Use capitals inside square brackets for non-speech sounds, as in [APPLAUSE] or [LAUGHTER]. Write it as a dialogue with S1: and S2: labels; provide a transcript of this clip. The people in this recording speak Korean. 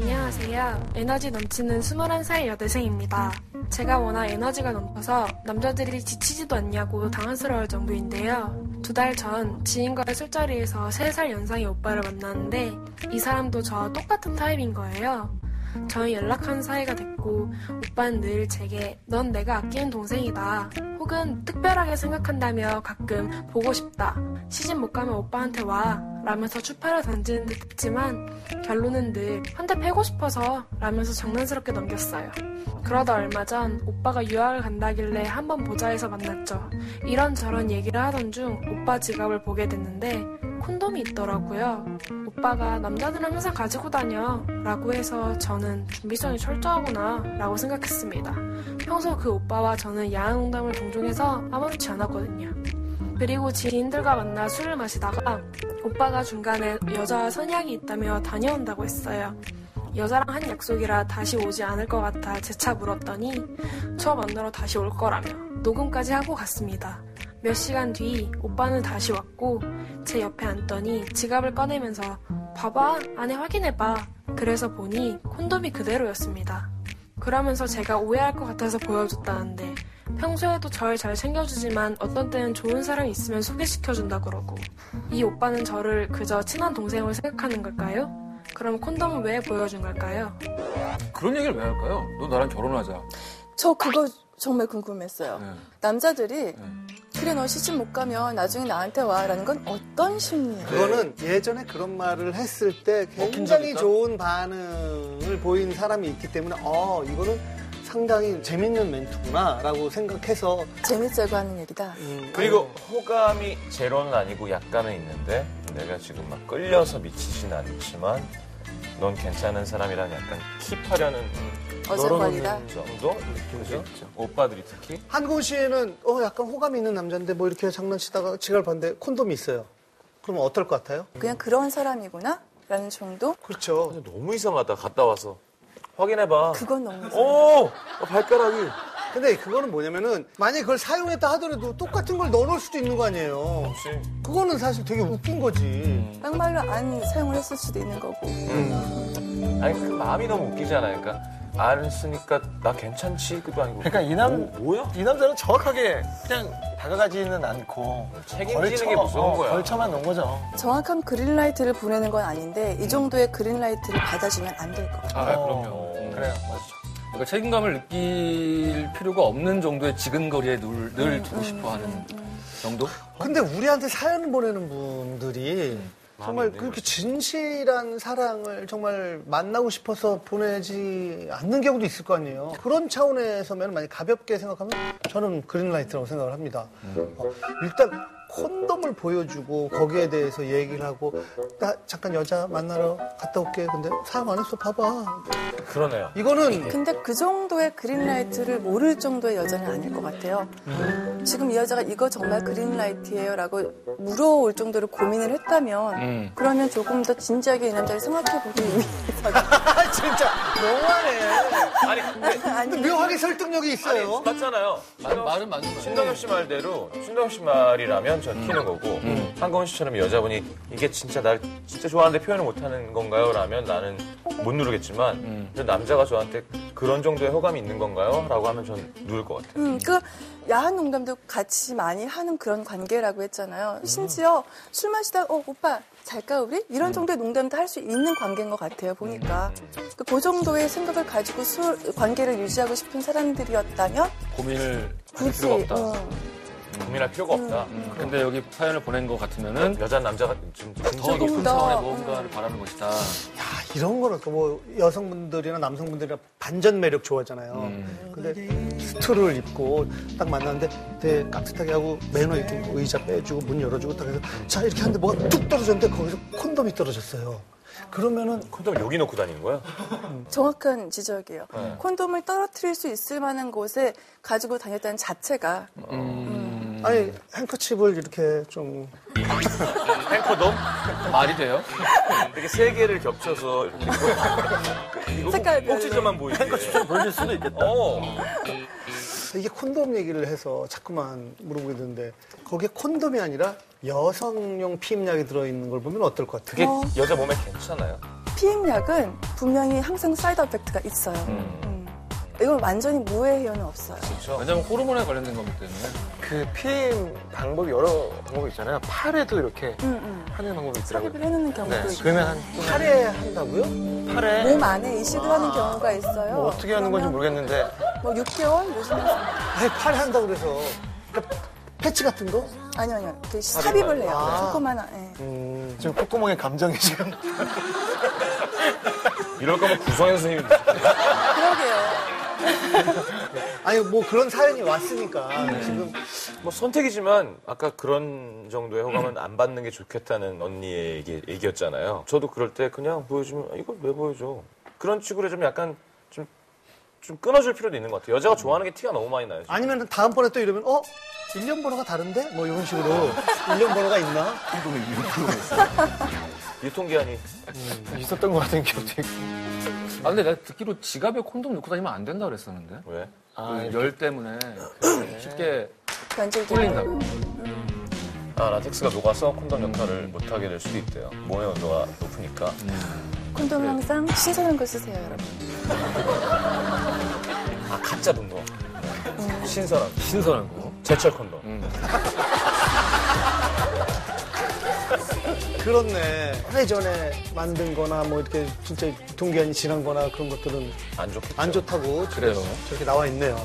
S1: 안녕하세요. 에너지 넘치는 21살 여대생입니다. 제가 워낙 에너지가 넘쳐서 남자들이 지치지도 않냐고 당황스러울 정도인데요. 두 달 전 지인과의 술자리에서 3살 연상의 오빠를 만났는데 이 사람도 저와 똑같은 타입인 거예요. 저희 연락한 사이가 됐고 오빠는 늘 제게 넌 내가 아끼는 동생이다 혹은 특별하게 생각한다며 가끔 보고 싶다 시집 못 가면 오빠한테 와 라면서 추파를 던지는 듯 했지만 결론은 늘 한 대 패고 싶어서 라면서 장난스럽게 넘겼어요. 그러다 얼마 전 오빠가 유학을 간다길래 한번 보자 해서 만났죠. 이런저런 얘기를 하던 중 오빠 지갑을 보게 됐는데 콘돔이 있더라고요. 오빠가 남자들은 항상 가지고 다녀 라고 해서 저는 준비성이 철저하구나 라고 생각했습니다. 평소 그 오빠와 저는 야한 농담을 종종 해서 아무렇지 않았거든요. 그리고 지인들과 만나 술을 마시다가 오빠가 중간에 여자와 선약이 있다며 다녀온다고 했어요. 여자랑 한 약속이라 다시 오지 않을 것 같아 재차 물었더니 저 만나러 다시 올 거라며 녹음까지 하고 갔습니다. 몇 시간 뒤 오빠는 다시 왔고 제 옆에 앉더니 지갑을 꺼내면서 봐봐 안에 확인해봐 그래서 보니 콘돔이 그대로였습니다. 그러면서 제가 오해할 것 같아서 보여줬다는데 평소에도 절 잘 챙겨주지만 어떤 때는 좋은 사람 있으면 소개시켜준다 그러고 이 오빠는 저를 그저 친한 동생으로 생각하는 걸까요? 그럼 콘돔을 왜 보여준 걸까요?
S2: 그런 얘기를 왜 할까요? 너 나랑 결혼하자.
S3: 저 그거 정말 궁금했어요.
S2: 네.
S3: 남자들이
S2: 네.
S3: 그래 너 시집 못 가면 나중에 나한테 와라는 건 어떤 심리예요?
S4: 그거는 예전에 그런 말을 했을 때 굉장히 좋은 반응을 보인 사람이 있기 때문에 어 이거는 상당히 재밌는 멘트구나라고 생각해서
S3: 재밌자고 하는 얘기다.
S4: 음,
S5: 그리고 호감이 제로는 아니고 약간은 있는데 내가 지금 막 끌려서 미치진 않지만 넌 괜찮은 사람이라는 약간 킵하려는
S3: 어색거리다.
S5: 정도 느낌이 있죠. 오빠들이 특히
S4: 한군 씨는 어 약간 호감이 있는 남자인데 뭐 이렇게 장난치다가 지갑 봤는데 콘돔이 있어요. 그러면 어떨 것 같아요?
S3: 그냥 그런 사람이구나? 라는 정도?
S4: 그렇죠.
S5: 너무 이상하다 갔다 와서 확인해봐.
S3: 그건 너무 이상해.
S5: 오 어, 발가락이
S4: 근데 그거는 뭐냐면은 만약에 그걸 사용했다 하더라도 똑같은 걸 넣어놓을 수도 있는 거 아니에요. 그거는 사실 되게 웃긴 거지.
S3: 막말로 안 사용을 했을 수도 있는 거고.
S5: 아니 그 마음이 너무 웃기잖아요. 그러니까 안 쓰니까 나 괜찮지 그도 아니고
S6: 그러니까 이 남,
S5: 뭐야?
S6: 이 남자는 정확하게 그냥 다가가지는 않고
S5: 책임지는 게 무서운
S6: 어,
S5: 거야.
S6: 벌처만 놓은 거죠.
S3: 정확한 그린라이트를 보내는 건 아닌데 이 정도의 그린라이트를 받아주면 안 될 것 같아요.
S7: 아, 그럼요.
S6: 그래요, 맞죠.
S7: 그러니까 책임감을 느낄 필요가 없는 정도의 지근거리에 늘, 늘 두고 싶어 하는 정도?
S4: 근데 우리한테 사연 보내는 분들이 정말 그렇게 진실한 사랑을 정말 만나고 싶어서 보내지 않는 경우도 있을 거 아니에요. 그런 차원에서면 만약 가볍게 생각하면 저는 그린라이트라고 생각을 합니다. 어, 일단 콘돔을 보여주고 거기에 대해서 얘기를 하고 나 잠깐 여자 만나러 갔다 올게. 근데 사용 안 했어. 봐봐.
S5: 그러네요.
S4: 이거는
S3: 근데 그 정도의 그린라이트를 모를 정도의 여자는 아닐 것 같아요. 지금 이 여자가 이거 정말 그린라이트예요? 라고 물어올 정도로 고민을 했다면
S7: 음.
S3: 그러면 조금 더 진지하게 이 남자를 생각해보기 [LAUGHS] 위해서
S4: 아 진짜 너무하네.
S5: 아니 근데
S4: 근데 묘하게 설득력이 있어요.
S5: 맞잖아요.
S7: 말, 말은 맞는 거예요.
S5: 신동엽 씨 말대로 신동엽 씨 말이라면 전 튀는 거고 한건 씨처럼 여자분이 이게 진짜 날 진짜 좋아하는데 표현을 못하는 건가요? 라면 나는 못 누르겠지만 근데 남자가 저한테 그런 정도의 호감이 있는 건가요? 라고 하면 전 누를 것 같아요.
S3: 음, 그 야한 농담도 같이 많이 하는 그런 관계라고
S7: 음.
S3: 했잖아요. 심지어 술 마시다 어 오빠 잘까 우리
S7: 음.
S3: 이런 정도의 농담도 할 수 있는 관계인 것 같아요. 보니까 그, 그 정도의 생각을 가지고 술 관계를 유지하고 싶은 사람들이었다면
S7: 고민을 할
S3: 굳이
S7: 그 필요가 없다.
S3: 어,
S5: 고민할 필요가 없다.
S7: 음, 근데 여기 사연을 보낸 것 같으면은
S5: 여자 남자가 좀
S7: 더
S3: 음. 조금
S7: 높은
S3: 더, 음.
S7: 차원의 뭔가를 바라는 것이다.
S4: 아, 이런 거는 또뭐 여성분들이나 남성분들이나 반전 매력 좋아하잖아요. 근데 수트를 입고 딱 만났는데 되게 깍듯하게 하고 매너 있게 뭐 의자 빼주고 문 열어주고 딱 해서 자 이렇게 하는데 뭐가 뚝 떨어졌는데 거기서 콘돔이 떨어졌어요. 그러면은
S5: 콘돔 여기 놓고 다니는 거야?
S3: 정확한 지적이에요.
S6: 네.
S3: 콘돔을 떨어뜨릴 수 있을 만한 곳에 가지고 다녔다는 자체가
S4: 아니 행커칩을 이렇게 좀
S5: 탱커돔?
S7: 말이 돼요?
S5: 이렇게 세 개를
S3: [LAUGHS]
S5: 겹쳐서 이렇게 이거
S3: 색깔별로.
S5: 꼭지점만 보이게 탱커처럼 보일 수도 있겠다. 어.
S4: 이게 콘돔 얘기를 해서 자꾸만 물어보게 되는데 거기에 콘돔이 아니라 여성용 피임약이 들어있는 걸 보면 어떨 것 같아요?
S5: 그게 여자 몸에 괜찮아요.
S3: 피임약은 분명히 항상 사이드 이펙트가 있어요. 음. 이건 완전히 무해해요는 없어요.
S5: 그렇죠.
S7: 왜냐면 호르몬에 관련된 거기 때문에.
S6: 그 피임 방법이 여러 방법이 있잖아요. 팔에도 이렇게
S3: 음, 음.
S6: 하는 방법이
S3: 삽입을
S6: 있더라고요.
S3: 해놓는 경우도
S6: 네,
S3: 있고
S6: 그러면 한
S4: 어, 팔에 한다고요?
S6: 팔에
S3: 몸 안에 이식을 하는
S6: 아.
S3: 경우가 있어요.
S6: 뭐 어떻게 하는 건지
S3: 그러면
S6: 모르겠는데
S3: 뭐 6개월, 무슨
S4: 아니, 팔에 한다고 그래서. 그러니까 패치 같은 거?
S3: 아니요, 아니요. 그 삽입을 해요.
S4: 아.
S3: 조그마한. 예.
S6: 지금 콧구멍에 감정이 지금
S5: 이럴 거면 구성현 선생님
S3: 그러게요.
S4: 아니, 뭐 그런 사연이 왔으니까. 지금
S5: 뭐 선택이지만 아까 그런 정도의 호감은 안 받는 게 좋겠다는 언니의 얘기, 얘기였잖아요. 저도 그럴 때 그냥 보여주면 아, 이걸 왜 보여줘? 그런 식으로 좀 약간 좀, 좀 끊어줄 필요도 있는 것 같아요. 여자가 좋아하는 게 티가 너무 많이 나요. 지금.
S4: 아니면 다음번에 또 이러면, 어? 1년 번호가 다른데? 뭐 이런 식으로. 1년 번호가 있나?
S5: 유통기한이
S6: 있었던 것 같은 기억도 있고.
S7: 아, 근데 내가 듣기로 지갑에 콘돔 넣고 다니면 안 된다 그랬었는데.
S5: 왜?
S6: 아,
S7: 그 열 때문에 그 쉽게
S3: 변질
S7: 뚫린다고.
S5: 아 라텍스가 녹아서 콘돔 역할을 못하게 될 수도 있대요. 몸의 온도가 높으니까.
S3: 콘돔
S6: 네.
S3: 항상 신선한 거 쓰세요, 여러분.
S5: 아 가짜 분도 신선한 거.
S7: 신선한 거. 음.
S5: 제철 콘돔.
S4: 그렇네. 예전에 만든 거나 뭐 이렇게 진짜 동기한이 지난 거나 그런 것들은
S5: 안 좋겠죠.
S4: 안 좋다고
S7: 그래요.
S4: 저렇게 나와 있네요.